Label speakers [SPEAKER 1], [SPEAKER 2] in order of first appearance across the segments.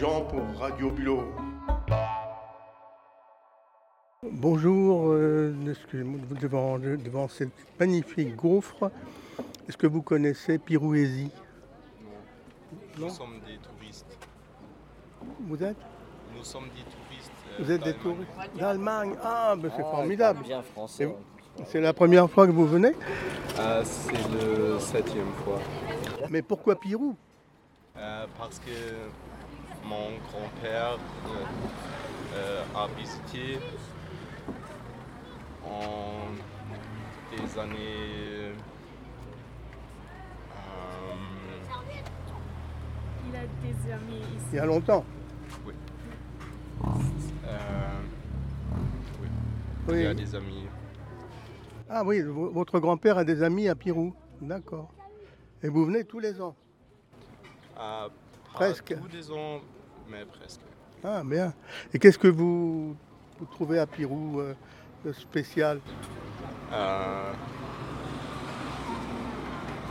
[SPEAKER 1] Jean pour Radio Bulot. Bonjour, euh, excusez-moi, devant, devant cette magnifique gaufre, est-ce que vous connaissez Pirouésie
[SPEAKER 2] Nous
[SPEAKER 1] Non
[SPEAKER 2] sommes des touristes.
[SPEAKER 1] Vous êtes
[SPEAKER 2] Nous sommes des touristes. euh,
[SPEAKER 1] Vous êtes des
[SPEAKER 2] d'Allemagne.
[SPEAKER 1] touristes d'Allemagne Ah, ben c'est formidable
[SPEAKER 3] Bien
[SPEAKER 1] Et
[SPEAKER 3] français.
[SPEAKER 1] vous C'est la première fois que vous venez
[SPEAKER 2] Ah, c'est le septième fois.
[SPEAKER 1] Mais pourquoi Pirou
[SPEAKER 2] Euh, parce que mon grand-père euh, euh, a visité en des années. euh,
[SPEAKER 4] Il a des amis
[SPEAKER 1] Il
[SPEAKER 4] ici.
[SPEAKER 1] y a longtemps
[SPEAKER 2] euh, oui. Il
[SPEAKER 1] Oui.
[SPEAKER 2] y a des amis.
[SPEAKER 1] Ah oui, v- votre grand-père a des amis à Pirou. D'accord. Et vous venez tous les ans
[SPEAKER 2] Ah, pas
[SPEAKER 1] Presque.
[SPEAKER 2] Tous les ans, mais presque.
[SPEAKER 1] Ah, bien. Et qu'est-ce que vous, vous trouvez à Pirou euh, de spécial
[SPEAKER 2] Euh,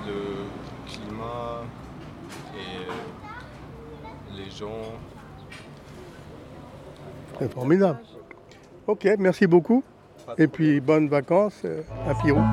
[SPEAKER 2] le climat et les gens.
[SPEAKER 1] C'est formidable. Ok, merci beaucoup. Et puis, bonnes vacances euh, à Pirou.